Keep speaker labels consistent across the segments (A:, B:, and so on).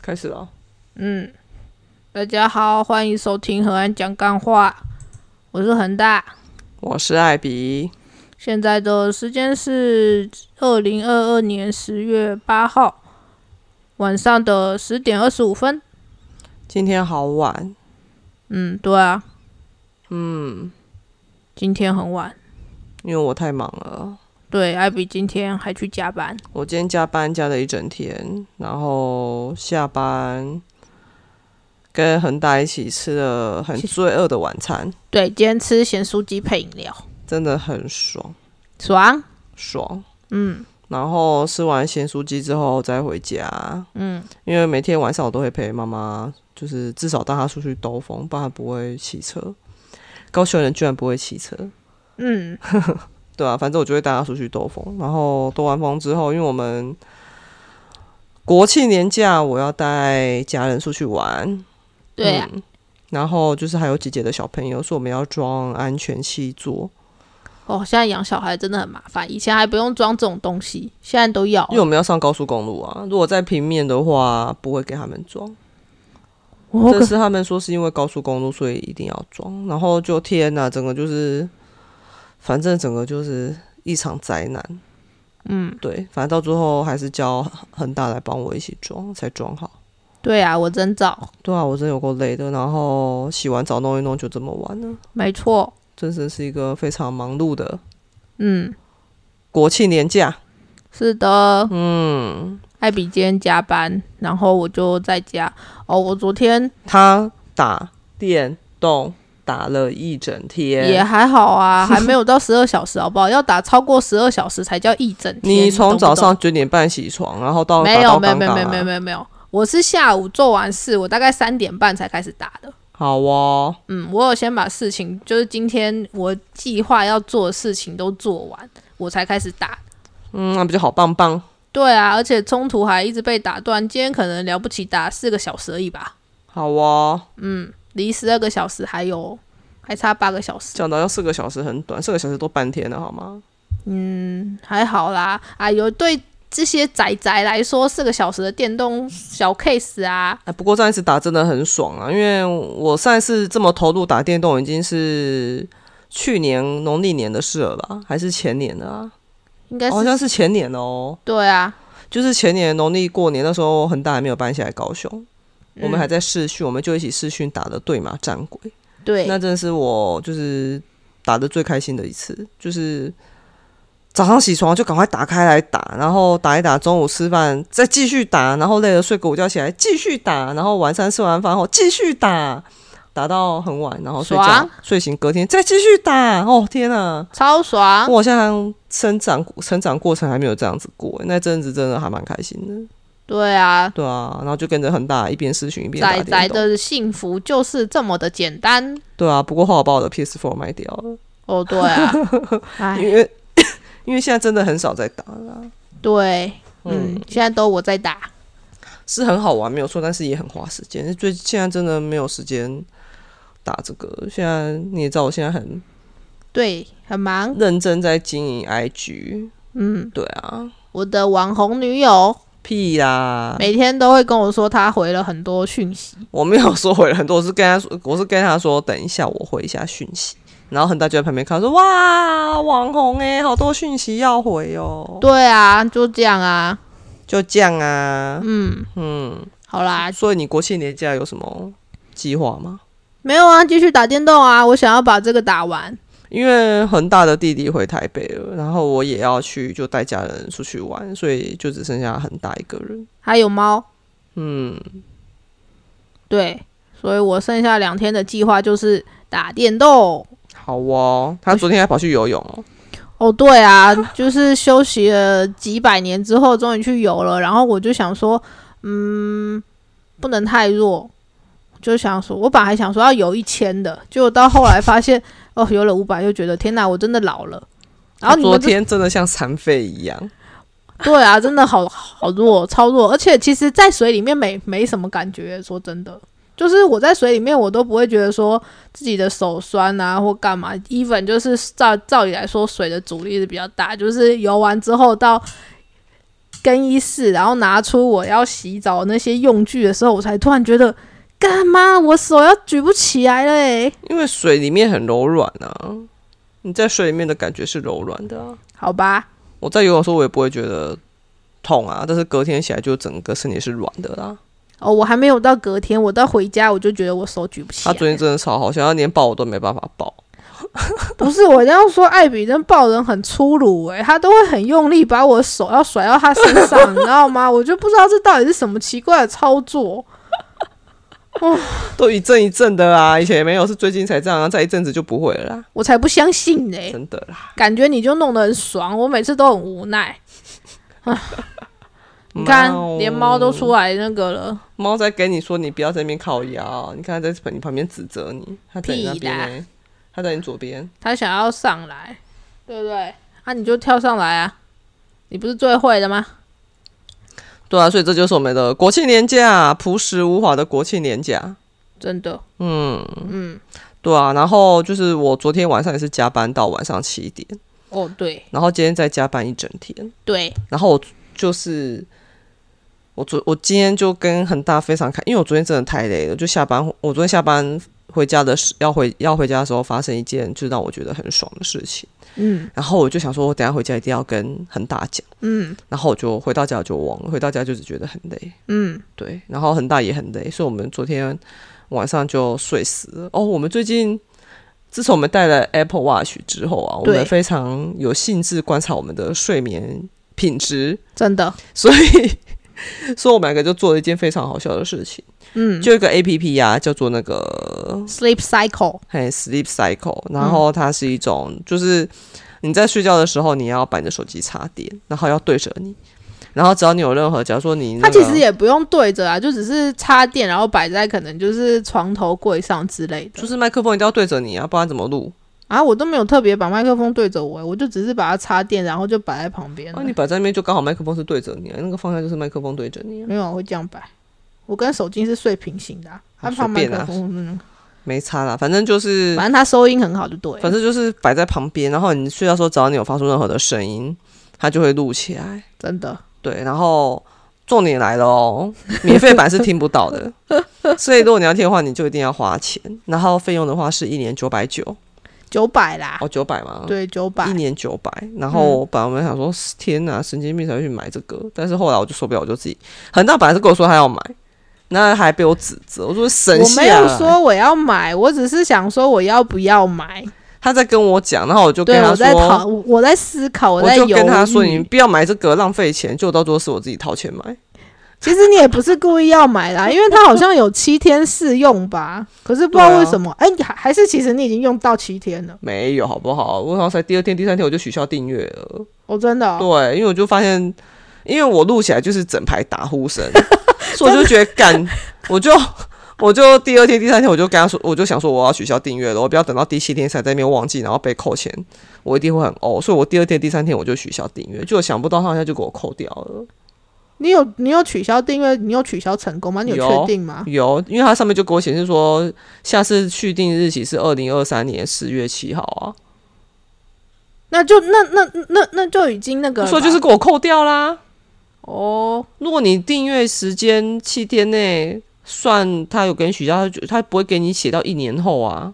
A: 开始了。
B: 嗯，大家好，欢迎收听《河岸讲干话》，我是恒大。
A: 我是艾比，
B: 现在的时间是二零二二年十月八号晚上的十点二十五分。
A: 今天好晚，
B: 嗯，对啊，
A: 嗯，
B: 今天很晚。
A: 因为我太忙了，
B: 对，艾比今天还去加班。
A: 我今天加班加了一整天，然后下班跟恒大一起吃了很罪恶的晚餐，
B: 对，今天吃咸酥鸡配饮料，
A: 真的很爽
B: 爽。
A: 爽。
B: 嗯
A: 然后吃完咸酥鸡之后再回家，
B: 嗯，
A: 因为每天晚上我都会陪妈妈，就是至少带她出去兜风，不然她不会骑车。高雄人居然不会骑车，
B: 嗯，
A: 对啊，反正我就会带他出去兜风，然后兜完风之后，因为我们国庆年假我要带家人出去玩，
B: 对啊，
A: 嗯然后就是还有姐姐的小朋友，说我们要装安全气座，
B: 哦，现在养小孩真的很麻烦，以前还不用装这种东西，现在都要了。
A: 因为我们要上高速公路啊。如果在平面的话，不会给他们装。
B: 我
A: 这是他们说是因为高速公路，所以一定要装。然后就天哪，整个就是，反正整个就是一场灾难。
B: 嗯，
A: 对，反正到最后还是叫恒大来帮我一起装，才装好。
B: 对啊，我真早，
A: 对啊，我真有够累的。然后洗完澡弄一弄就这么晚了，
B: 没错。
A: 真的是一个非常忙碌的
B: 嗯，
A: 国庆年假。
B: 是的，
A: 嗯，
B: 艾比今天加班，然后我就在家。哦，我昨天
A: 他打电动打了一整
B: 也
A: 天。
B: 还好啊， 还没有到十二小时，好不好？要打超过十二小时才叫一整天。
A: 你
B: 懂
A: 从
B: 不
A: 早
B: 懂
A: 上九点半起床，然后到
B: 没
A: 打
B: 有
A: 到
B: 没有
A: 刚
B: 没
A: 刚、
B: 有
A: 啊、
B: 没有没有没有没有，我是下午做完事，我大概三点半才开始打的。
A: 好哦，
B: 嗯，我有先把事情，就是今天我计划要做的事情都做完，我才开始打。
A: 嗯，那不就好棒棒？
B: 对啊，而且冲突还一直被打断，今天可能了不起打四个小时而已吧，
A: 好哦，
B: 离十二个小时还有还差八个小时，
A: 讲到要四个小时很短，四个小时都半天了，好吗？
B: 还好啦。啊，有对这些仔仔来说，四个小时的电动小 case 啊，
A: 哎，不过上一次打真的很爽啊，因为我上一次这么投入打电动已经是去年农历年的事了吧，还是前年的啊？
B: 应哎该是、
A: 好像是前年哦，
B: 对啊，
A: 就是前年农历过年那时候，恒大还没有搬下来高雄，
B: 嗯
A: 我们还在试训，我们就一起试训打的对马战鬼，
B: 对，
A: 那真的是我就是打的最开心的一次，就是早上起床就赶快打开来打，然后打一打，中午吃饭再继续打，然后累了睡个午觉起来继续打，然后晚上吃完饭后继续打，打到很晚，然后睡觉
B: 爽，
A: 睡醒隔天再继续打。哦天啊！
B: 超爽。
A: 我好像生长成长过程还没有这样子过，欸那阵子真的还蛮开心的，
B: 对啊，
A: 对啊，然后就跟着恒大一边试训一边打
B: 仔仔
A: 电动，
B: 的幸福就是这么的简单。
A: 对啊，不过后来把我的 PS4 卖掉了。
B: 哦，对 啊，哎，
A: 因为 因为现在真的很少在打了啊，
B: 对，
A: 嗯
B: 嗯，现在都我在打。
A: 是很好玩没有错，但是也很花时间。最现在真的没有时间打这个。现在你也知道，我现在很
B: 对，很忙。
A: 认真在经营 IG，
B: 嗯，
A: 对啊，
B: 我的网红女友
A: 屁啦，
B: 每天都会跟我说她回了很多讯息。
A: 我没有说回了很多，我是跟他说，我是跟他说等一下我回一下讯息。然后恒大就在旁边看说：“哇，网红哎、好多讯息要回哦。
B: 对啊，就这样啊。”
A: 就这样啊，
B: 嗯，
A: 嗯。
B: 好啦，
A: 所以你国庆年假有什么计划吗？
B: 没有啊，继续打电动啊，我想要把这个打完。
A: 因为恒大的弟弟回台北了，然后我也要去，就带家人出去玩，所以就只剩下恒大一个人。
B: 还有猫，
A: 嗯，
B: 对，所以我剩下两天的计划就是打电动。
A: 好哦，他昨天还跑去游泳哦。
B: 哦，对啊，就是休息了几百年之后，终于去游了。然后我就想说，嗯，不能太弱，就想说，我本来还想说要游一千的，结果到后来发现，哦，游了五百，就觉得天哪，我真的老了。然后
A: 他
B: 你
A: 昨
B: 们这
A: 天真的像残废一样，
B: 对啊，真的好好弱，超弱。而且其实，在水里面没没什么感觉，说真的。就是我在水里面，我都不会觉得说自己的手酸啊或啊干嘛。even 就是照照理来说，水的阻力是比较大，就是游完之后到更衣室，然后拿出我要洗澡那些用具的时候，我才突然觉得，干嘛我手要举不起来了、欸？
A: 因为水里面很柔软啊，你在水里面的感觉是柔软的、啊。
B: 好吧，
A: 我在游泳的时候我也不会觉得痛啊，但是隔天起来就整个身体是软的啦、
B: 哦，我还没有到隔天，我到回家我就觉得我手举不起
A: 他
B: 来。
A: 昨天真的超好笑，他连抱我都没办法抱。
B: 不是我要说，艾比真抱人很粗鲁诶、他都会很用力把我手要甩到他身上，你知道吗？ 我就不知道这到底是什么奇怪的操作。
A: 都一阵一阵的啊，以前也没有，是最近才这样啊，再一阵子就不会了啦，
B: 我才不相信呢、
A: 真的啦。
B: 感觉你就弄得很爽，我每次都很无奈。你看，连猫都出来那个了，
A: 猫在跟你说你不要在那边靠腰，你看它在你旁边指责你，它在你那边、
B: 屁
A: 欸，它在你左边，
B: 它想要上来，对不对？啊，你就跳上来啊！你不是最会的吗？
A: 对啊，所以这就是我们的国庆年假，朴实无华的国庆年假，
B: 真的，
A: 嗯，
B: 嗯，
A: 对啊，然后就是我昨天晚上也是加班到晚上七点，
B: 哦，对
A: 然后今天再加班一整天，
B: 对，
A: 然后我就是我昨我今天就跟恒大非常开，因为我昨天真的太累了，就下班我昨天下班回家的时要回要回家的时候发生一件就让我觉得很爽的事情，
B: 嗯
A: 然后我就想说我等一下回家一定要跟恒大讲，
B: 嗯
A: 然后我就回到家我就忘了，回到家就只觉得很累，
B: 嗯，
A: 对，然后恒大也很累，所以我们昨天晚上就睡死了。哦，我们最近。自从我们戴了 Apple Watch 之后啊，我
B: 对
A: 们非常有兴致观察我们的睡眠品质，
B: 真的，
A: 所以， 所以我们两个就做了一件非常好笑的事情，
B: 嗯
A: 就有一个 A P P 呀、叫做那个
B: ，sleep cycle，
A: 嘿 Sleep Cycle，然
B: 嗯
A: 后它是一种、就是你在睡觉的时候，你要把你的手机插电，然后要对着你，然后只要你有任何，假如说你、
B: 它
A: 那个、
B: 其实也不用对着啊，就只是插电，然后摆在可能就是床头柜上之类的。
A: 就是麦克风一定要对着你啊，不然怎么录？
B: 啊，我都没有特别把麦克风对着我欸，我就只是把它插电，然后就摆在旁边了。
A: 啊，你摆在那边就刚好麦克风是对着你啊，那个方向就是麦克风对着你啊，
B: 没有啊，我会这样摆。我跟手机是睡平行的、啊，它
A: 啊
B: 放麦
A: 随便
B: 克
A: 啊
B: 风是那个，
A: 没差啦，反正就是
B: 反正它收音很好，就对
A: 反
B: 了。
A: 正就是摆在旁边，然后你睡觉的时候，只要你有发出任何的声音，它就会录起来。
B: 真的，
A: 对，然后重点来了哦，免费版是听不到的，所以如果你要听的话，你就一定要花钱。然后费用的话是一年九百九，
B: 九百啦，
A: 哦，九百吗？，
B: 对，九百嗯
A: 一。年九百。然后本来我们想说，天哪，神经病才会去买这个，但是后来我就受不了，我就自己很大本来是跟我说他要买，那还被我指责，我说神啊
B: 我
A: 下
B: 没有
A: 来
B: 说我要买，我只是想说我要不要买。
A: 他在跟我讲，然后我就跟
B: 对，
A: 他
B: 我在
A: 说
B: 讨，。我我在思考，
A: 我
B: 在
A: 就
B: 犹豫。
A: 跟他说：“你不要买这个，浪费钱。”就到最后是我自己掏钱买。
B: 其实你也不是故意要买 啦，因为它好像有七天试用吧，可是不知
A: 对
B: 道
A: 啊
B: 为什么，哎、还还是其实你已经用到七天了。
A: 没有，好不好？我好像才第二天、第三天我就取消订阅了。
B: 哦，真的、哦，
A: 对，因为我就发现，因为我录起来就是整排打呼声，所以我就觉得干，我就我就第二天、第三天我就跟他说，我就想说我要取消订阅了，我不要等到第七天才在那边忘记，然后被扣钱，我一定会很哦。所以我第二天、第三天我就取消订阅，就想不到他一下就给我扣掉了。
B: 你有你有取消订阅，你有取消成功吗？你有
A: 有
B: 确定吗？
A: 有，因为它上面就给我显示说，下次续订日期是二零二三年十月七号啊，
B: 那就那那那那就已经那个了吧，
A: 所以就是给我扣掉啦。
B: 哦，
A: 如果你订阅时间七天内算，他有给你取消，他就他不会给你写到一年后啊。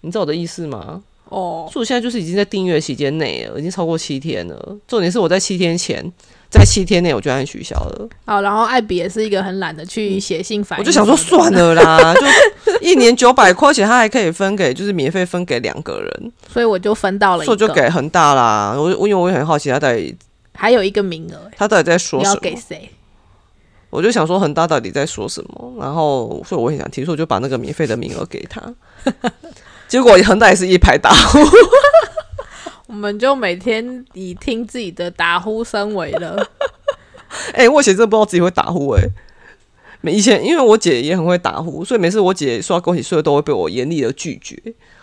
A: 你知道我的意思吗？
B: 哦，
A: 所以我现在就是已经在订阅期间内了，已经超过七天了。重点是我在七天前，在七天内我就按取消了。
B: 好，然后艾比也是一个很懒得去写信反
A: 我
B: 映
A: 就
B: 什
A: 想
B: 么的，
A: 说算了 啦，就一年九百块钱，他还可以分给就是免费分给两个人，
B: 所以我就分到了
A: 所
B: 一
A: 以我就
B: 个，
A: 给恒大啦。我我因为我也很好奇他到底
B: 还有一个名额，
A: 他到底在
B: 你
A: 说什
B: 要
A: 么。
B: 给谁？
A: 我就想说恒大到底在说什么，然后所以我很想听，所以我就把那个免费的名额给他。 结果恒大也是一拍打，
B: 我们就每天以听自己的打呼声为乐。
A: 哎、我以前真的不知道自己会打呼哎、没以前因为我姐也很会打呼，所以每次我姐说要跟我一起睡，都会被我严厉的拒绝。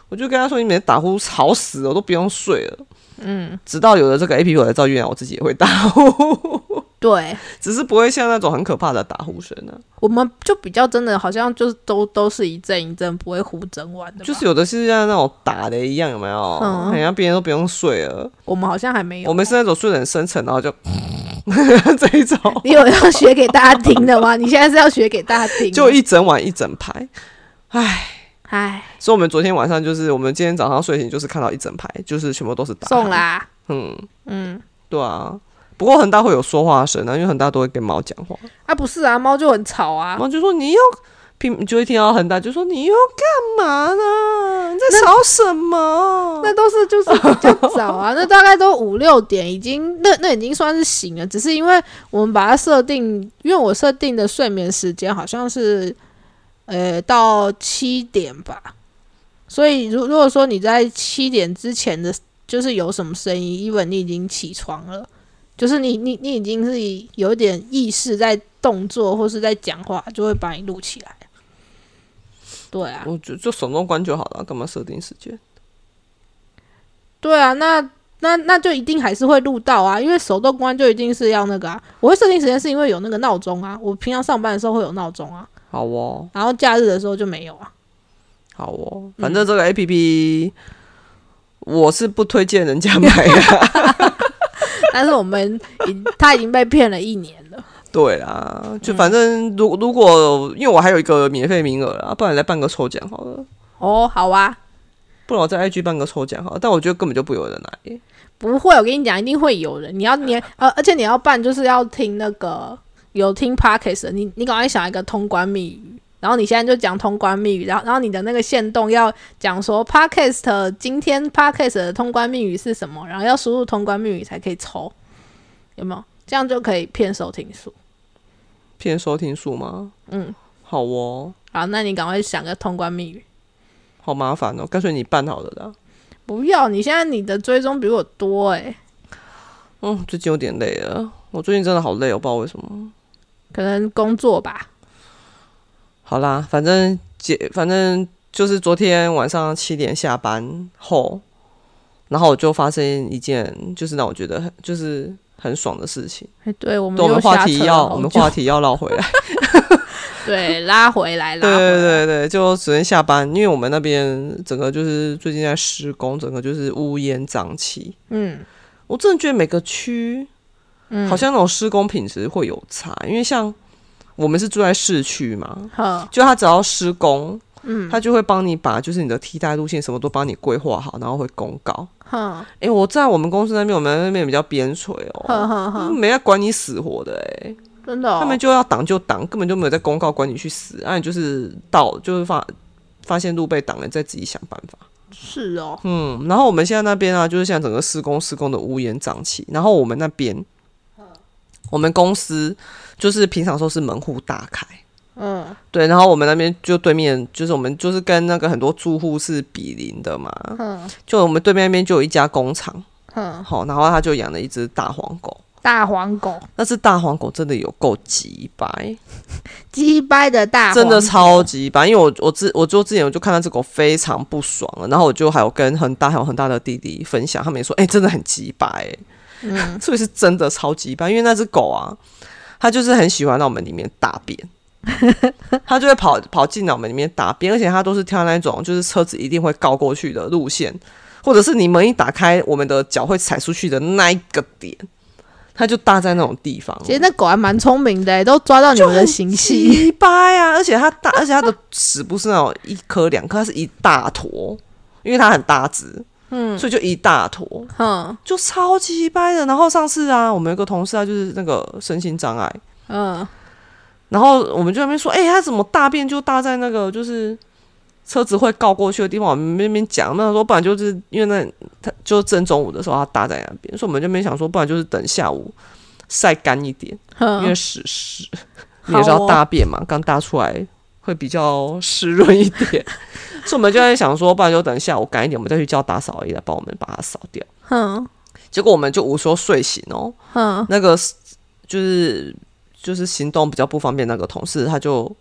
A: 我就跟她说：“你每次打呼吵死哦啊了，我都不用睡了。”嗯，直到有了这个 A P P，我才知道原来我自己也会打呼。
B: 对，
A: 只是不会像那种很可怕的打呼声啊。
B: 我们就比较真的好像就是都都是一阵一阵，不会胡整晚的吧。
A: 就是有的是像那种打雷一样，有没有？
B: 嗯
A: 好像别人都不用睡了，
B: 我们好像还没有。
A: 我们是那种睡得很深沉，然后就 这一种，
B: 你有要学给大家听的吗？你 现在是要学给大家听吗？
A: 就一整晚一整排。
B: 唉，
A: 所以我们昨天晚上就是，我们今天早上睡醒就是看到一整排，就是全部都是打
B: 送
A: 来，
B: 啦。
A: 嗯，
B: 嗯，
A: 对啊。不过恒大会有说话声啊，因为恒大都会跟猫讲话，
B: 啊不是啊，猫就很吵啊
A: 然。后就说你要。你就会听到恒大就说：“你又干嘛呢？你在吵什么？”
B: 那都是就是比较早啊，那大概都五六点已经，那那已经算是醒了。只是因为我们把它设定，因为我设定的睡眠时间好像是，呃，到七点吧。所以如如果说你在七点之前的，就是有什么声音，even 你已经起床了，就是你你你已经是有一点意识在动作或是在讲话，就会把你录起来。对啊，
A: 我就就手动关就好了，干嘛设定时间？
B: 对啊，那那那就一定还是会录到啊，因为手动关就一定是要那个啊。我会设定时间是因为有那个闹钟啊，我平常上班的时候会有闹钟啊，
A: 好哦，
B: 然后假日的时候就没有啊。
A: 好哦，
B: 嗯
A: 反正这个 A P P、我是不推荐人家买啦。
B: 但是我们已他已经被骗了一年了，
A: 对啦，
B: 嗯
A: 就反正如如果因为我还有一个免费名额啦，啊不然来办个抽奖好了，
B: 哦，好啊，
A: 不然我在 I G 办个抽奖好了。但我觉得根本就不会有人来，
B: 不会，我跟你讲，一定会有人。你要
A: 啊
B: 你呃，而且你要办就是要听那个有听 Parkes，的你你赶快想一个通关密语。然后你现在就讲通关密语，然后然后你的那个线动要讲说 podcast 今天 podcast 的通关密语是什么，然后要输入通关密语才可以抽，有没有？这样就可以骗收听数。
A: 骗收听数吗？
B: 嗯，
A: 好哦，
B: 好，那你赶快想个通关密语。
A: 好麻烦哦，干脆你办好了啦。
B: 不要，你现在你的追踪比我多欸诶、
A: 嗯，最近有点累了，我最近真的好累哦，我不知道为什么。
B: 可能工作吧。
A: 好啦，反正姐，反正就是昨天晚上七点下班后，然后我就发生一件就是让我觉得很就是很爽的事情。
B: 哎，对，我们
A: 对，我
B: 又
A: 们
B: 下
A: 话题
B: 车了
A: 要
B: 好
A: 我们
B: 久
A: 话题要绕回来。
B: 对拉回来，拉
A: 对
B: 回来。
A: 对对对，就昨天下班，因为我们那边整个就是最近在施工，整个就是乌烟瘴气。
B: 嗯
A: 我真的觉得每个区
B: 嗯，
A: 好像那种施工品质会有差，因为像我们是住在市区嘛，
B: 呵，
A: 就他只要施工，
B: 嗯，
A: 他就会帮你把就是你的替代路线什么都帮你规划好，然后会公告。
B: 哼
A: 诶，我在我们公司那边，我们那边比较边陲
B: 哼
A: 哦，
B: 哼哼，
A: 没在管你死活的诶，
B: 真的、哦，
A: 他们就要挡就挡，根本就没有在公告管你去死，啊那、你就是到就是发发现路被挡了，再自己想办法。
B: 是哦，
A: 嗯，然后我们现在那边啊，就是像整个施工施工的乌烟瘴气，然后我们那边，我们公司就是平常说是门户大开。
B: 嗯
A: 对，然后我们那边就对面，就是我们就是跟那个很多住户是比邻的嘛，
B: 哼
A: 就我们对面那边就有一家工厂，
B: 哼，
A: 好，然后他就养了一只大黄狗，
B: 大黄狗，
A: 那只大黄狗真的有够急白，
B: 鸡掰的大黄，
A: 真的，超级白，因为我我之我就之前我就看到这狗非常不爽了，然后我就还有跟恒大还有恒大的弟弟分享，他们也说，哎、真的很急白、欸，
B: 嗯
A: 所以是真的超级白，因为那只狗啊，它就是很喜欢到我们里面大便，它就会跑跑进脑门里面大便，而且它都是挑那种就是车子一定会告过去的路线，或者是你门一打开，我们的脚会踩出去的那一个点，它就搭在那种地方。
B: 其实那狗还蛮聪明的，欸都抓到你们的行迹，
A: 鸡巴呀！而且它大，而且它的屎不是那种一颗两颗，它是一大坨，因为它很大只，
B: 嗯
A: 所以就一大坨。
B: 哼
A: 就超级掰的。然后上次啊，我们有个同事啊，就是那个身心障碍，
B: 嗯
A: 然后我们就在那边说，哎、他怎么大便就搭在那个就是车子会告过去的地方？我们那边讲，那说不然就是因为那他就正中午的时候他搭在那边，所以我们就没想说，不然就是等下午晒干一点，因为
B: 哼，
A: 屎湿，
B: 嗯好
A: 你也知道
B: 哦
A: 大便嘛，刚搭出来。会比较湿润一点， 所以我们就在想说，不然就等下午干一点，我们再去叫打扫阿姨来帮我们把它扫掉。
B: 哼
A: 结果我们就午休睡醒哦，
B: 哼
A: 那个 s- 就是就是行动比较不方便那个同事，他就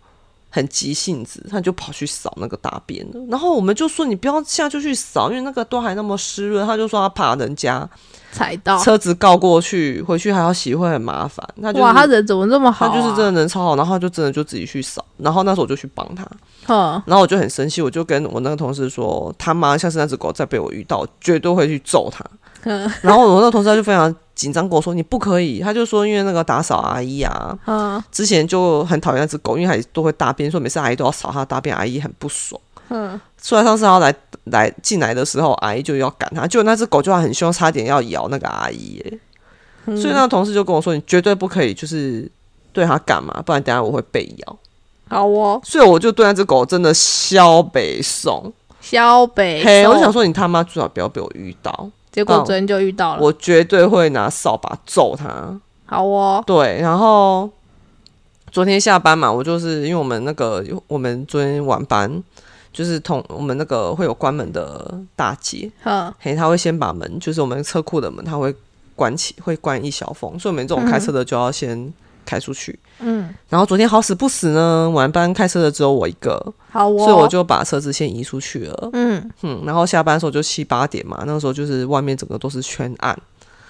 A: 很急性子，他就跑去扫那个大便了。然后我们就说你不要下就去扫，因为那个都还那么湿润。他就说他怕人家
B: 踩到。
A: 车子告过去，回去还要洗会很麻烦。他就是、
B: 哇，他人怎么这么好、
A: 他
B: 啊？
A: 就是真的人超好，然后他就真的就自己去扫。然后那时候我就去帮他，
B: 哼，
A: 然后我就很生气，我就跟我那个同事说：“他妈，下次那只狗再被我遇到，我绝对会去揍他。”
B: 嗯
A: 然后我那个同事他就非常紧张跟我说：“你不可以。”他就说：“因为那个打扫阿姨啊，
B: 嗯
A: 之前就很讨厌那只狗，因为它都会大便，说每次阿姨都要扫它的大便，阿姨很不爽。
B: 嗯，
A: 所以上次要来来进来的时候，阿姨就要赶它，结果那只狗就还很凶，差点要咬那个阿姨耶、
B: 嗯
A: 所以那个同事就跟我说：“你绝对不可以，就是对它干嘛，不然等下我会被咬。”
B: 好哦，
A: 所以我就对那只狗真的消北宋。
B: 萧北
A: 嘿
B: 受。
A: 我想说你他妈最好不要被我遇到，
B: 结果
A: 到
B: 昨天就遇到了。
A: 我绝对会拿扫把揍他。
B: 好哦，
A: 对，然后昨天下班嘛，我就是因为我们那个我们昨天晚班，就是同我们那个会有关门的大姐，
B: 哼，
A: 嘿，她会先把门，就是我们车库的门，她会关起，会关一小缝，所以我们这种开车的就要先开出去。
B: 嗯，
A: 然后昨天好死不死呢，晚班开车的只有我一个，
B: 好哦。
A: 所以我就把车子先移出去了。
B: 嗯
A: 嗯，然后下班的时候就七八点嘛，那个时候就是外面整个都是全暗，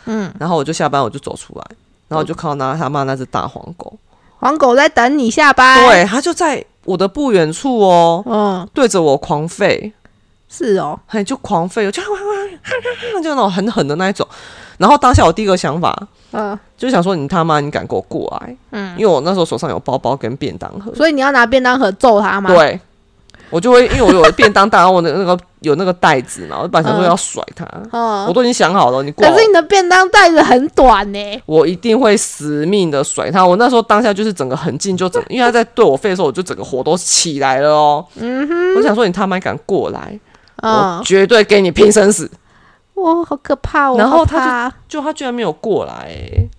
B: 嗯，
A: 然后我就下班我就走出来，然后我就看到那他妈那只大黄狗，
B: 黄狗在等你下班。，
A: 对，它就在我的不远处哦，
B: 嗯，
A: 对着我狂吠，
B: 是哦，
A: 嘿，就狂吠，就啊就那种很狠的那一种。然后当下我第一个想法
B: 嗯
A: 就想说你他妈你敢给我过来，
B: 嗯，
A: 因为我那时候手上有包包跟便当盒，
B: 所以你要拿便当盒揍他吗？，
A: 对。我就会因为我有便当袋，然后我那个那个有那个袋子嘛，我就本来想说
B: 嗯
A: 要甩它，我
B: 嗯。
A: 都已经想好了，你过来
B: 可
A: 我
B: 是你的便当袋子很短呢，
A: 我一定会死命的甩他。我那时候当下就是整个很近，就整，因为他在对我吠的时候，我就整个火都起来了哦。
B: 嗯哼，
A: 我想说，你他妈敢过来，我
B: 嗯，
A: 绝对给你拼生死。
B: 哇，好可怕哦！
A: 然后
B: 好
A: 他就
B: 怕
A: 就他居然没有过来、欸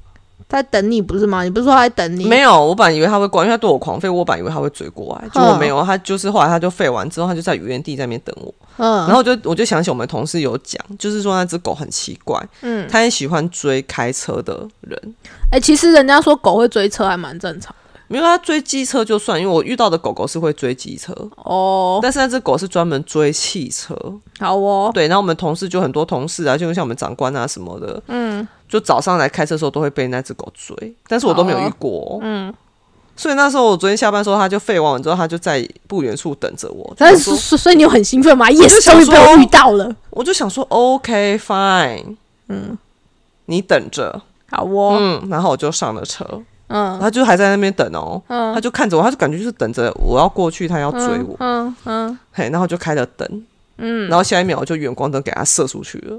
B: 他在等你不是吗？你不是说他在等你？
A: 没有，我本来以为他会过来，因为他对我狂吠，我本来以为他会追过来，结果没有，他就是后来他就吠完之后，他就在原地在那边等我，
B: 嗯，
A: 然后我就我就想起我们同事有讲，就是说那只狗很奇怪，
B: 嗯，
A: 它很喜欢追开车的人，
B: 哎，其实人家说狗会追车还蛮正常
A: 没有它追机车就算，因为我遇到的狗狗是会追机车，
B: 哦。
A: 但是那只狗是专门追汽车，
B: 好哦，
A: 对。然后我们同事就很多同事啊，就像我们长官啊什么的，
B: 嗯
A: 就早上来开车的时候都会被那只狗追，但是我都没有遇过哦、
B: 嗯，
A: 所以那时候我昨天下班的时候，它就吠完我之后，它就在不远处等着我。
B: 但
A: 就是想
B: 所
A: 说
B: 所所以你有很兴奋吗？Yes，
A: 想
B: 终于被我
A: 说
B: 遇到了。
A: 我就想说，OK fine，嗯，你等着，
B: 好哦，
A: 嗯，然后我就上了车，
B: 嗯
A: 它就还在那边等哦。
B: 嗯，
A: 它就看着我，它就感觉就是等着我要过去，它要追我，
B: 嗯嗯，
A: 嘿，然后就开了灯，
B: 嗯，
A: 然后下一秒我就远光灯给它射出去了，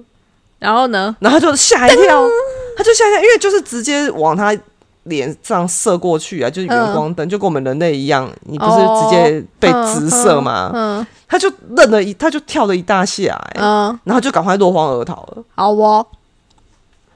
B: 然后呢？
A: 然后他就吓一跳，他就吓一跳，因为就是直接往他脸上射过去啊，
B: 嗯
A: 就是远光灯，就跟我们人类一样，你不是直接被直射吗？
B: 嗯
A: 他就愣了一，他就跳了一大下、欸
B: 嗯，
A: 然后就赶快落荒而逃了。
B: 好哦，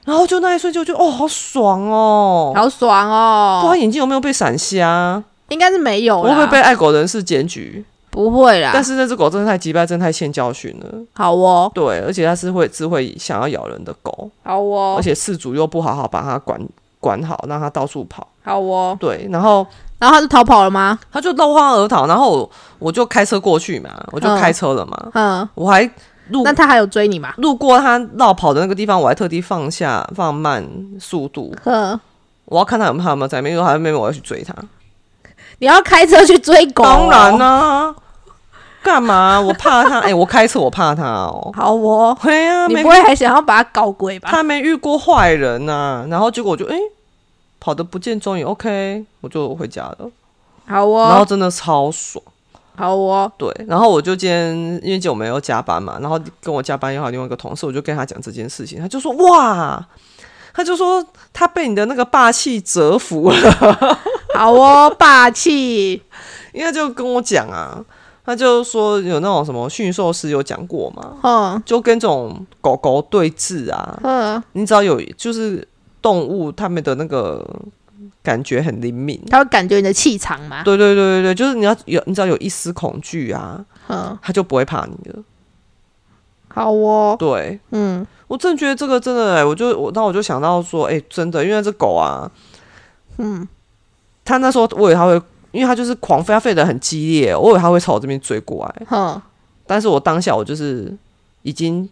A: 然后就那一瞬间，就哦，好爽哦！
B: 好爽
A: 不知道
B: 哦，
A: 他眼睛有没有被闪瞎，
B: 应该是没有
A: 我
B: 啦，啊
A: 会不会被爱狗人士检举？
B: 不会啦，
A: 但是那只狗真的太鸡巴，真的太欠教训了。
B: 好哦，
A: 对，而且它是会是会想要咬人的狗，
B: 好
A: 而
B: 哦，
A: 且饲主又不好好把它管管好，让它到处跑。
B: 好哦，
A: 对，然后
B: 然后他就逃跑了吗？
A: 他就落荒而逃，然后我我就开车过去嘛，我就开车了嘛，
B: 嗯，
A: 我还路
B: 那他还有追你吗？
A: 路过他绕跑的那个地方，我还特地放下放慢速度，
B: 哼，
A: 我要看他有没有他有没有在那边，如果他在那边我要去追他。
B: 你要开车去追狗？哦
A: 当然，
B: 啊
A: 啦、干嘛？我怕他，哎、我开车我怕他哦。
B: 好哦，
A: 对呀、
B: 你
A: 没
B: 不会还想要把他搞鬼吧？
A: 他没遇过坏人呐、然后结果我就哎、跑得不见踪影，OK，我就回家了，
B: 好
A: 然后
B: 哦，
A: 真的超爽。
B: 好哦，
A: 对，然后我就今天因为今天我没有加班嘛，然后跟我加班又好另外一个同事，我就跟他讲这件事情，他就说哇，他就说他被你的那个霸气折服了，
B: 好哦， 霸气，
A: 因为他就跟我讲啊，他就说有那种什么驯兽师有讲过嘛，
B: 哼
A: 就跟这种狗狗对峙啊，
B: 哼，
A: 你只要有就是动物它们的那个感觉很灵敏。
B: 他会感觉你的气场吗？
A: 对对对对对，就是你要有，你只要有一丝恐惧啊，
B: 哼，
A: 它就不会怕你了。
B: 好哦，
A: 对，
B: 嗯
A: 我真的觉得这个真的、欸，我就我，那我就想哎到说，哎、真的，因为这狗啊，
B: 嗯，
A: 它那时候我以为它会因为他就是狂吠，他吠得很激烈，我以为他会朝我这边追过来，
B: 哼，
A: 但是我当下我就是已经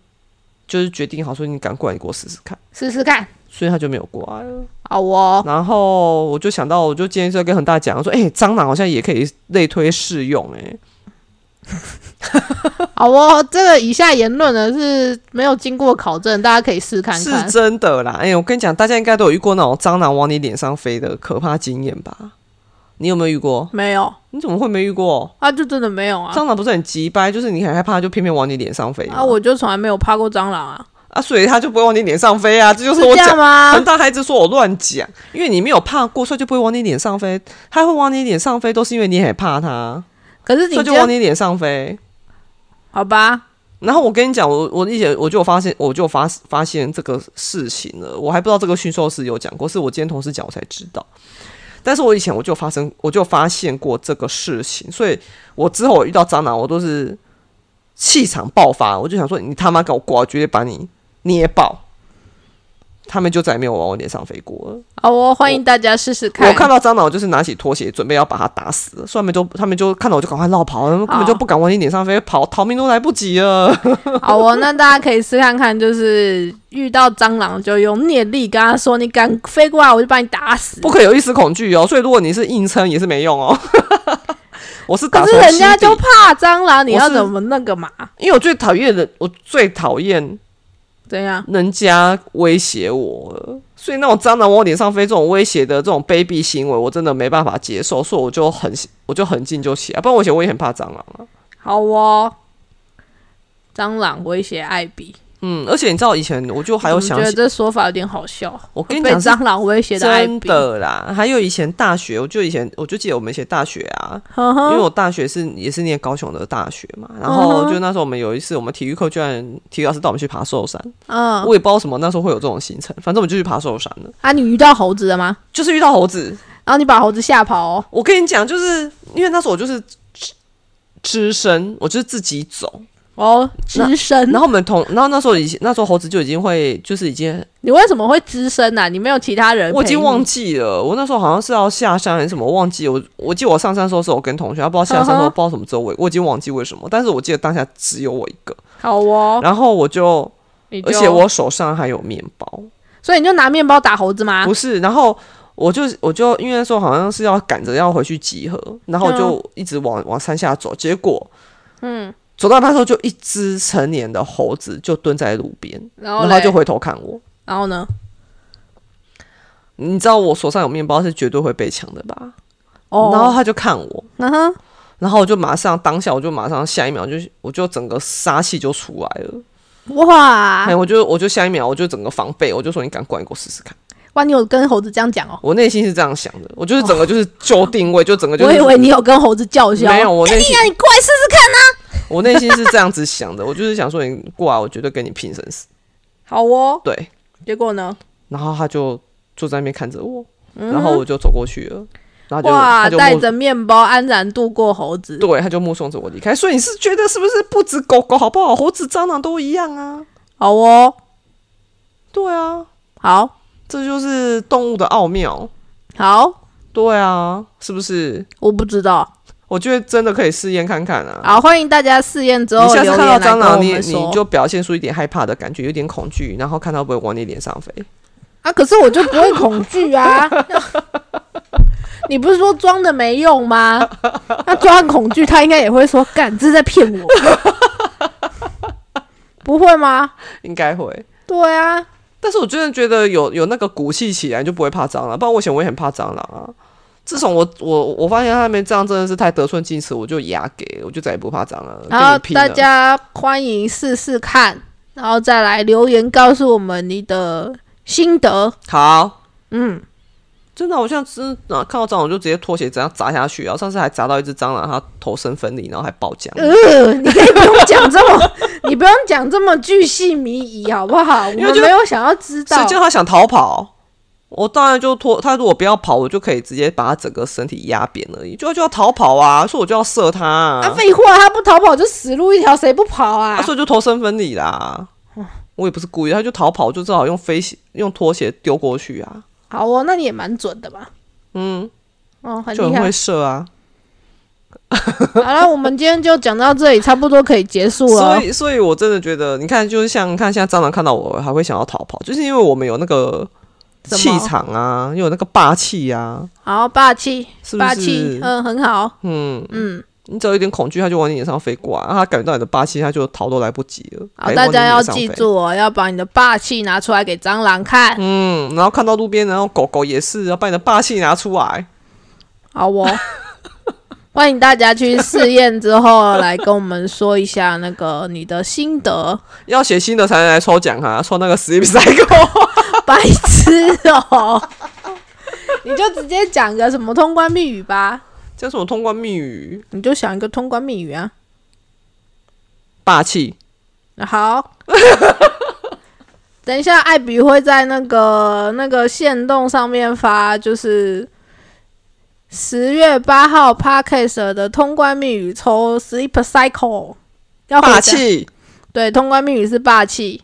A: 就是决定好说，你敢过来，你给我试试看，
B: 试试看，
A: 所以他就没有过来了。
B: 好哦，
A: 然后我就想到，我就今天就在跟恒大讲，我说，哎、蟑螂好像也可以类推适用、哎，
B: 好哦，这个以下言论呢是没有经过考证，大家可以试看看
A: 是。真的啦。哎、我跟你讲，大家应该都有遇过那种蟑螂往你脸上飞的可怕经验吧？你有没有遇过？
B: 没有
A: 你怎么会没遇过？
B: 啊，就真的没有啊。
A: 蟑螂不是很急掰，就是你很害怕，它就偏偏往你脸上飞吗
B: 啊，我就从来没有怕过蟑螂啊，
A: 啊，所以它就不会往你脸上飞啊，这就是我
B: 这样
A: 讲。
B: 吗
A: 恒？大孩子说我乱讲，因为你没有怕过，所以就不会往你脸上飞。它会往你脸上飞，都是因为你很怕它，
B: 可是你
A: 所以就
B: 这
A: 往
B: 样
A: 你脸上飞。
B: 好吧？
A: 然后我跟你讲，我我以前我就有发现，我就有发发现这个事情了。我还不知道这个驯兽师有讲过，是我今天同事讲我才知道。但是我以前我就有发生，我就有发现过这个事情，所以我之后我遇到蟑螂，我都是气场爆发，我就想说你他妈给我过来，我绝对把你捏爆。他们就再也没有往我脸上飞过了。
B: 好哦，欢迎大家试试看。
A: 我看到蟑螂，我就是拿起拖鞋准备要把它打死了，所以他们就他们就看到我就赶快绕跑，他们根本就不敢往你脸上飞，跑逃命都来不及了。
B: 好哦，那大家可以试看看，就是遇到蟑螂就用念力跟他说：“你敢飞过来，我就把你打死。
A: 不可以有一丝恐惧哦。所以如果你是硬撑也是没用哦。 我是”打
B: 可是
A: 从
B: 人
A: 心
B: 家
A: 底
B: 就怕蟑螂，你
A: 我
B: 要
A: 是
B: 怎么那个嘛？
A: 因为我最讨厌人，我最讨厌
B: 怎样？
A: 人家威胁我了，所以那种蟑螂往我脸上飞这种威胁的这种卑鄙行为，我真的没办法接受，所以我就很我就很近就起来，不然我以前我也很怕蟑螂啊。
B: 好哦，蟑螂威胁艾比，
A: 嗯，而且你知道以前我就还有
B: 我觉
A: 想
B: 得
A: 起，
B: 这说法有点好笑。
A: 我跟你
B: 被
A: 讲是
B: 蟑螂威胁艾
A: 真
B: 比，
A: 的啦，还有以前大学，我就以前我就记得我们以前大学啊，
B: 呵
A: 因为
B: 呵，
A: 我大学是也是念高雄的大学嘛，然
B: 嗯
A: 后
B: 哼
A: 就那时候我们有一次，我们体育课居然体育老师带我们去爬寿山，
B: 嗯，
A: 我也不知道为什么那时候会有这种行程，反正我们就去爬寿山了，
B: 啊，你遇到猴子了吗？
A: 就是遇到猴子。
B: 然后你把猴子吓跑哦。
A: 我跟你讲，就是因为那时候我就是只只身，我就是自己走，
B: 哦，只身，
A: 然后我们同，然后那时候已经那时候猴子就已经会，就是已经
B: 你为什么会只身啊？你没有其他人陪你？
A: 我已经忘记了，我那时候好像是要下山还是什么，我忘记我我记得我上山的时候是我跟同学，他不知道下山的时
B: 嗯
A: 候
B: 哼
A: 不知道什么周围，我已经忘记为什么，但是我记得当下只有我一个，
B: 好哦，
A: 然后我就。
B: 你就
A: 而且我手上还有面包，
B: 所以你就拿面包打猴子吗
A: 不？是。然后我就我就因为那时候好像是要赶着要回去集合，然后我
B: 啊
A: 就一直往往山下走，结果
B: 嗯，
A: 走到那时候就一只成年的猴子就蹲在路边，
B: 然
A: 然
B: 后
A: 后
B: 嘞
A: 它就回头看我。
B: 然后呢？
A: 你知道我手上有面包是绝对会被抢的吧？
B: 哦，
A: 然后他就看我，
B: 嗯哼，
A: 然后我就马上当下我就马上下一秒就我就整个杀气就出来了，
B: 哇
A: 哎、我就我就下一秒我就整个防备，我就说你敢过来给我试试看。
B: 哇，你有跟猴子这样讲哦？
A: 我内心是这样想的，我就是整个就是就定位，就整个就
B: 我
A: 是
B: 以为你有跟猴子叫嚣，
A: 没有，我内心
B: 那你过来试试看。
A: 我内心是这样子想的，我就是想说你过来，我绝对跟你拼生死。
B: 好哦，
A: 对，
B: 结果呢？
A: 然后他就坐在那边看着我，嗯然后我就走过去了，然后就
B: 嗯哇，
A: 他就嗯
B: 带
A: 目
B: 着面包安然度过猴子。
A: 对，他就目送着我离开。所以你是觉得是不是不止狗狗好不好，猴子、蟑螂都一样啊？
B: 好哦，
A: 对啊，
B: 好，
A: 这就是动物的奥妙。
B: 好，
A: 对啊，是不是？
B: 我不知道。
A: 我觉得真的可以试验看看啊。
B: 好，欢迎大家试验之后
A: 你下
B: 留
A: 次
B: 言
A: 看到
B: 来跟
A: 蟑
B: 我
A: 螂，你
B: 们
A: 你
B: 说。
A: 就表现出一点害怕的感觉，有点恐惧，然后看它会不会往你脸上飞。
B: 啊，可是我就不会恐惧啊。 你不是说装的没用吗？那装恐惧，他应该也会说：“干，这是在骗我。” 不会吗？
A: 应该会。
B: 对啊，
A: 但是我真的觉得有有那个骨气起来，就不会怕蟑螂。不然我以前我也很怕蟑螂啊。自从我我我发现他们这样真的是太得寸进尺，我就牙给，我就再也不怕蟑螂了。
B: 然后
A: 跟你拼了
B: 大家欢迎试试看，然后再来留言告诉我们你的心得。
A: 好，
B: 嗯，
A: 真的，我现在真的啊看到蟑螂我就直接拖鞋这样砸下去啊！上次还砸到一只蟑螂，它头身分离，然后还爆浆。
B: 呃，你可以不用讲这么， 你不用讲这么巨细靡遗，好不好？我
A: 因为
B: 们
A: 就
B: 没有想要知道
A: 谁。叫它想逃跑？我当然就拖它，如果不要跑，我就可以直接把它整个身体压扁而已。就它就要逃跑啊，所以我就要射它啊
B: 啊，废话，他不逃跑就死路一条，谁不跑啊？
A: 啊，所以就投身分离啦。
B: 嗯
A: 我也不是故意，他就逃跑，我就只好用飞鞋、用拖鞋丢过去啊。
B: 好哦，那你也蛮准的吧？
A: 嗯，
B: 哦，很
A: 就
B: 厉
A: 很
B: 害
A: 会。射啊。
B: 好了，我们今天就讲到这里，差不多可以结束
A: 所
B: 了。哦
A: 以，所以我真的觉得，你看，就是像看现在蟑螂看到我还会想要逃跑，就是因为我们有那个
B: 什么
A: 气场啊，又有那个霸气啊，
B: 好，霸气，
A: 是不
B: 霸气
A: 是，？
B: 嗯，很好，
A: 嗯，
B: 嗯，
A: 你只要有一点恐惧，它就往你脸上飞过来，然后它感觉到你的霸气，它就逃都来不及了。
B: 好，
A: 还
B: 大
A: 哎往你
B: 家
A: 脸
B: 要
A: 上
B: 记
A: 飞。
B: 住哦，要把你的霸气拿出来给蟑螂看。
A: 嗯，然后看到路边，然后狗狗也是，要把你的霸气拿出来。
B: 好哦，欢迎大家去试验之后来跟我们说一下那个你的心得。
A: 要写新的才能来抽奖哈、抽那个 Sleep Cycle，
B: 白痴哦！ 你就直接讲个什么通关密语吧，
A: 叫什么通关密语？
B: 你就想一个通关密语啊。
A: 霸气，
B: 那好， 等一下，艾比会在那个那个线动上面发，就是十月八号 p a d k a s 的通关密语抽 Sleep Cycle，要回啊答
A: 霸，气。
B: 对，通关密语是霸气。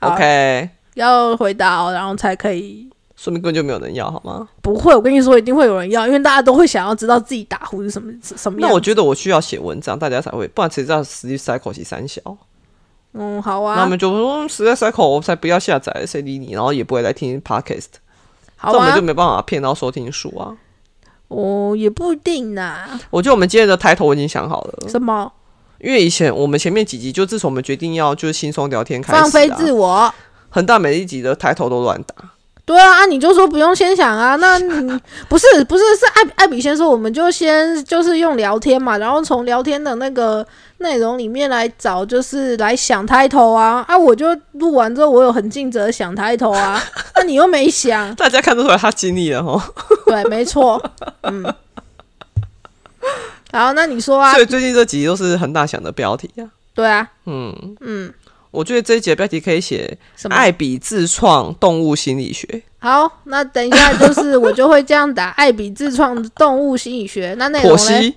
B: 好
A: OK，
B: 要回答、哦，然后才可以。
A: 说明根本就没有人要，好吗？
B: 不会，我跟你说，一定会有人要，因为大家都会想要知道自己打呼是什么什么样
A: 那。我觉得我需要写文章，大家才会，不然谁知道 Sleep Cycle 是三小？
B: 嗯，好
A: 那我
B: 啊
A: 们，就说 Sleep Cycle 我才不要下载，谁理你？然后也不会来听 Podcast，
B: 好
A: 这我们
B: 啊
A: 就，没办法骗到收听数啊。
B: 哦，也不一定呐。
A: 我觉得我们今天的抬头我已经想好了，
B: 什么
A: 因为以前我们前面几集就自从我们决定要就是轻松聊天开始、啊，
B: 放飞自我？
A: 恒大每一集的抬头都乱打，
B: 对啊，啊，你就说不用先想啊。 那你不是不是是艾比艾比先说，我们就先就是用聊天嘛，然后从聊天的那个内容里面来找，就是来想 title 啊啊！我就录完之后，我有很尽责地想 title 啊，那你又没想，
A: 大家看得出来他尽力了哈。
B: 对，没错，嗯。好，那你说啊
A: 所，以最近这集都是恒大想的标题啊。
B: 对啊，
A: 嗯，
B: 嗯，
A: 我觉得这一集的标题可以写
B: 什
A: “
B: 么？
A: 艾比自创动物心理学
B: 好，那等一下就是我就会这样打艾比自创动物心理学。那”，内容
A: 剖
B: 嘞，
A: 析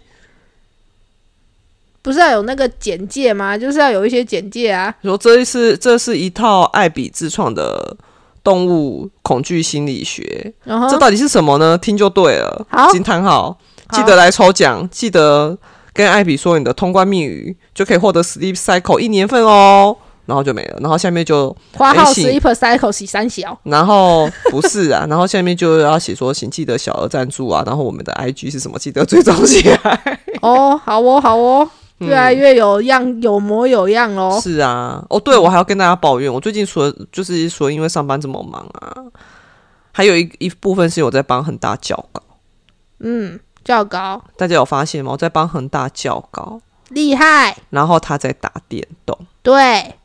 B: 不是要有那个简介吗？就是要有一些简介啊。
A: 说这一次这是一套艾比自创的动物恐惧心理学，
B: 然后
A: 这到底是什么呢？听就对了。
B: 啊好
A: 惊叹号，
B: 好
A: 记得来抽奖，记得跟艾比说你的通关密语，就可以获得 Sleep Cycle 一年份哦。然后就没了，然后下面就，
B: 花号
A: 没戏
B: sleep cycle 洗 三小。
A: 然后不是啊， 然后下面就要写说，请记得小额赞助啊，然后我们的 IG 是什么，记得追踪起来。
B: 哦，好哦，好哦，
A: 嗯
B: 越来越有样，有模有样哦。
A: 是啊，哦，对，我还要跟大家抱怨，我最近除了就是说因为上班这么忙啊，还有一一部分是我在帮恒大校稿，
B: 嗯，较高，
A: 大家有发现吗？我在帮恒大校稿，
B: 厉害，
A: 然后他在打电动，
B: 对，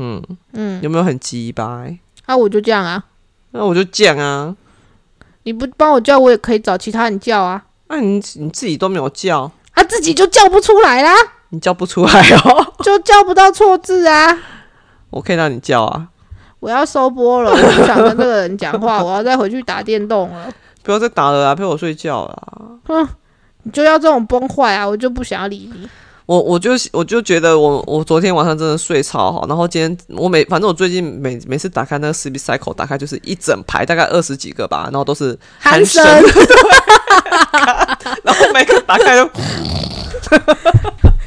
A: 嗯，
B: 嗯，
A: 有没有很鸡巴欸、
B: 那、我就这样啊。
A: 那我就讲啊，
B: 你不帮我叫，我也可以找其他人叫啊。
A: 那、你你自己都没有叫，
B: 啊，自己就叫不出来啦，
A: 你叫不出来哦，
B: 就叫不到错字啊。
A: 我可以让你叫啊，
B: 我要收播了，我不想跟这个人讲话，我要再回去打电动了。
A: 不要再打了啊，陪我睡觉啦。
B: 你就要这种崩坏啊，我就不想要理你。
A: 我我就我就觉得我我昨天晚上真的睡超好，然后今天我每反正我最近每每次打开那个 C B Cycle，打开就是一整排大概二十几个吧，然后都是
B: 韩
A: 生，
B: 生
A: 然后每个打开都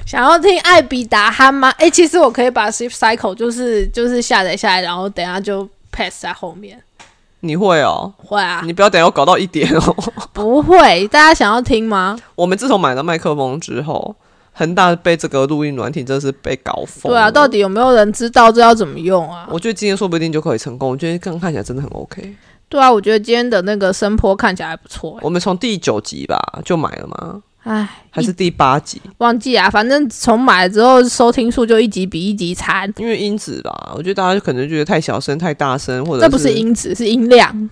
B: 想要听艾比打鼾吗？哎、其实我可以把 Sleep Cycle 就是就是下载下来，然后等一下就 pass 在后面。
A: 你会哦，
B: 会啊，
A: 你不要等一下我搞到一点哦。
B: 不会？大家想要听吗？
A: 我们自从买了麦克风之后，恒大被这个录音软体真是被搞疯
B: 对
A: 了。
B: 啊，到底有没有人知道这要怎么用啊？
A: 我觉得今天说不定就可以成功。我觉得刚看起来真的很 OK。
B: 对啊，我觉得今天的那个声波看起来还不错、欸。
A: 我们从第九集吧就买了吗？
B: 哎，
A: 还是第八集？
B: 忘记啊，反正从买了之后收听数就一集比一集惨。
A: 因为音质吧，我觉得大家可能觉得太小声、太大声，或者
B: 这不是音质，是音量。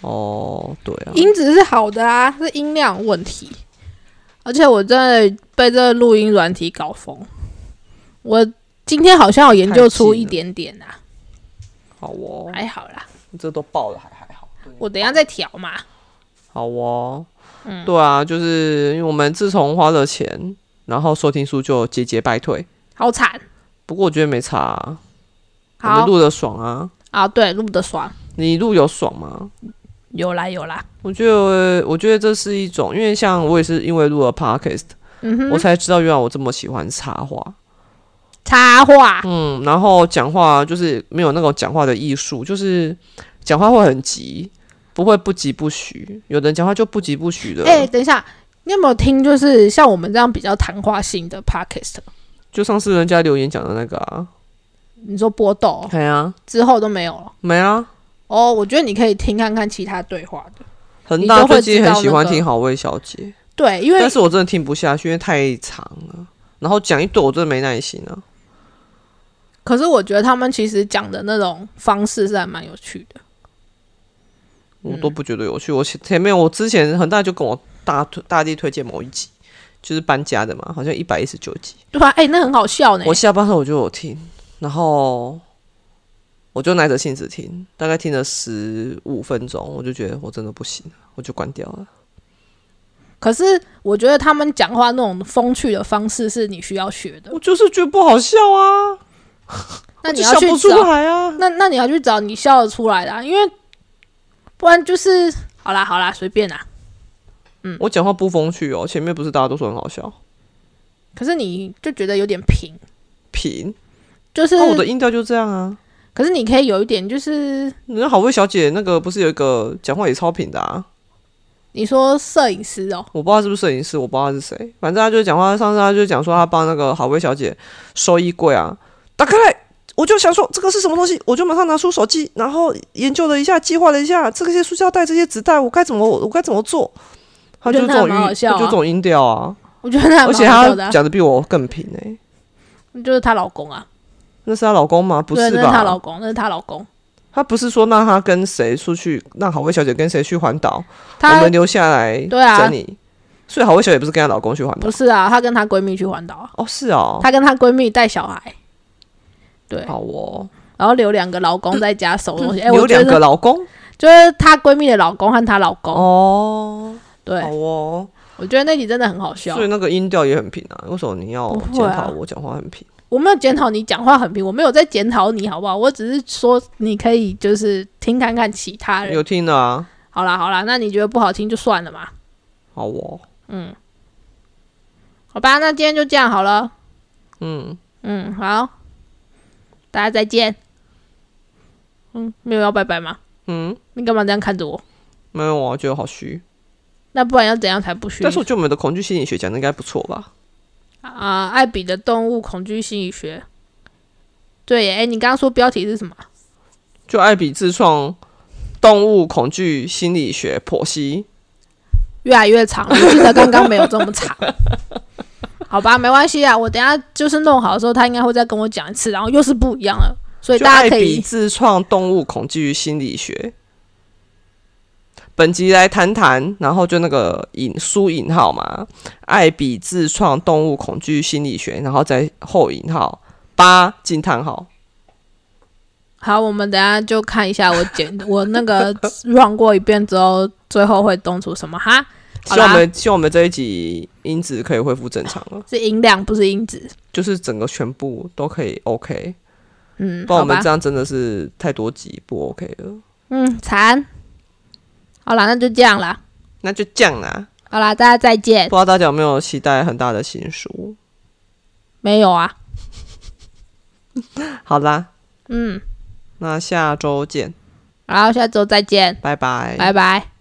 A: 哦，对啊，
B: 音质是好的啊，是音量问题。而且我真的被这个录音软体搞疯，我今天好像有研究出一点点啊，
A: 好哦，
B: 还好啦，
A: 这都爆了还还好，
B: 我等一下再调嘛。
A: 好哦，
B: 嗯
A: 对啊，就是因为我们自从花了钱，然后收听数就节节败退。
B: 好惨，
A: 不过我觉得没差、啊，我们
B: 好
A: 录的爽啊，
B: 啊，对，录的爽，
A: 你录有爽吗？
B: 有啦有啦，
A: 我觉得，我觉得这是一种，因为像我也是因为录了 podcast，、
B: 嗯
A: 我
B: 哼，
A: 才知道原来我这么喜欢插画。
B: 插画，
A: 嗯，然后讲话就是没有那种讲话的艺术，就是讲话会很急，不会不急不徐。有的人讲话就不急不徐的，
B: 哎、等一下，你有没有听？就是像我们这样比较谈话性的 podcast，
A: 就上次人家留言讲的那个啊，
B: 你说波豆
A: 对啊，
B: 之后都没有了
A: 没啊，
B: 哦。我觉得你可以听看看其他对话的，
A: 恒
B: 你
A: 大
B: 就会
A: 最近
B: 知
A: 很
B: 道
A: 喜
B: 那
A: 欢
B: 个
A: 听好味小姐，
B: 对，因为
A: 但是我真的听不下去，因为太长了。然后讲一堆，我真的没耐心啊。
B: 可是我觉得他们其实讲的那种方式是还蛮有趣的。嗯
A: 我都不觉得有趣。我前前面我之前恒大就跟我大推大力推荐某一集，就是搬家的嘛，好像一百一十九集。
B: 对吧？哎、那很好笑呢。
A: 我下班后我就有听，然后我就耐着性子听，大概听了十五分钟，我就觉得我真的不行了，我就关掉了。
B: 可是我觉得他们讲话那种风趣的方式是你需要学的
A: 我。就是觉得不好笑啊，
B: 那
A: 我
B: 你
A: 就
B: 要
A: 笑
B: 去
A: 不出
B: 找，
A: 来啊。
B: 那那你要去找你笑得出来的、啊，因为不然就是好啦好啦，随便啦。
A: 我讲话不风趣哦，前面不是大家都说很好笑，
B: 可是你就觉得有点平，
A: 平。哦
B: 就是、
A: 那、我的音调就这样啊。
B: 可是你可以有一点，就是
A: 那好味小姐那个不是有一个讲话也超平的啊？
B: 你说摄影师哦，
A: 我不知道是不是摄影师，我不知道他是谁，反正他就是讲话。上次他就讲说他帮那个好味小姐收衣柜啊，打开来，我就想说这个是什么东西，我就马上拿出手机，然后研究了一下，计划了一下这些塑胶袋、这些纸袋，我该怎么我该怎么做。他就
B: 我
A: 这
B: 觉得
A: 种
B: 那还
A: 音，
B: 蛮好笑啊
A: 他就这种音调啊，
B: 我觉得他
A: 而且
B: 蛮好笑的
A: 他
B: 啊、
A: 讲的比我更平哎、
B: 就是她老公啊，
A: 那是她老公吗？不
B: 对，
A: 是
B: 那是她老
A: 吧？
B: 公，那是她老公，
A: 他不是说让他跟谁出去，让好味小姐跟谁去环岛，我
B: 她
A: 们留下来
B: 对啊
A: 整理。所以好味小姐不是跟她老公去环岛
B: 不？是啊，她跟她闺蜜去环岛啊，
A: 哦，是哦，
B: 她跟她闺蜜带小孩，对，
A: 好哦，
B: 然后留两个老公在家 收东西，哎、
A: 嗯有
B: 我觉
A: 两个
B: 得
A: 老公
B: 就是她闺蜜的老公和她老公，
A: 哦，
B: 对
A: 好哦，
B: 我觉得那集真的很好笑
A: 所以，那个音调也很平啊。为什么你要
B: 不会
A: 检
B: 啊
A: 讨我讲话很平？
B: 我没有检讨你讲话很平，我没有在检讨你好不好，我只是说你可以就是听看看其他人，
A: 有听的啊，
B: 好啦好啦，那你觉得不好听就算了嘛。
A: 好哦，
B: 嗯，好吧，那今天就这样好了。
A: 嗯，
B: 嗯，好，大家再见。嗯，没有要拜拜吗？
A: 嗯，
B: 你干嘛这样看着我？
A: 没有啊，觉得好虚。
B: 那不然要怎样才不虚？
A: 但是我觉得我们的恐惧心理学讲的应该不错吧？
B: 啊、艾比的动物恐惧心理学。对耶，哎，你刚刚说标题是什么？
A: 就艾比自创动物恐惧心理学剖析，
B: 越来越长，我记得刚刚没有这么长。好吧，没关系啊，我等一下就是弄好的时候，他应该会再跟我讲一次，然后又是不一样了，所以
A: 就
B: 大
A: 艾
B: 家可以
A: 比自创动物恐惧心理学。本集来谈谈，然后就那个引书引号嘛，艾比自创动物恐惧心理学，然后再后引号八惊叹号。
B: 好，我们等一下就看一下我剪我那个 run 过一遍之后，最后会动出什么哈？好
A: 希望我
B: 啦，
A: 们希望我们这一集音质可以恢复正常了，
B: 是音量不是音质，
A: 就是整个全部都可以 OK，
B: 嗯，
A: 不然
B: 好
A: 我们
B: 吧
A: 这，样真的是太多集不 OK 了。
B: 嗯，惨。好啦，那就这样啦，
A: 那就这样啦，
B: 好啦，大家再见
A: 不。知道大家有没有期待很大的新书？
B: 没有啊，
A: 好啦，
B: 嗯，
A: 那下周见，
B: 然后下周再见，
A: 拜拜，
B: 拜拜。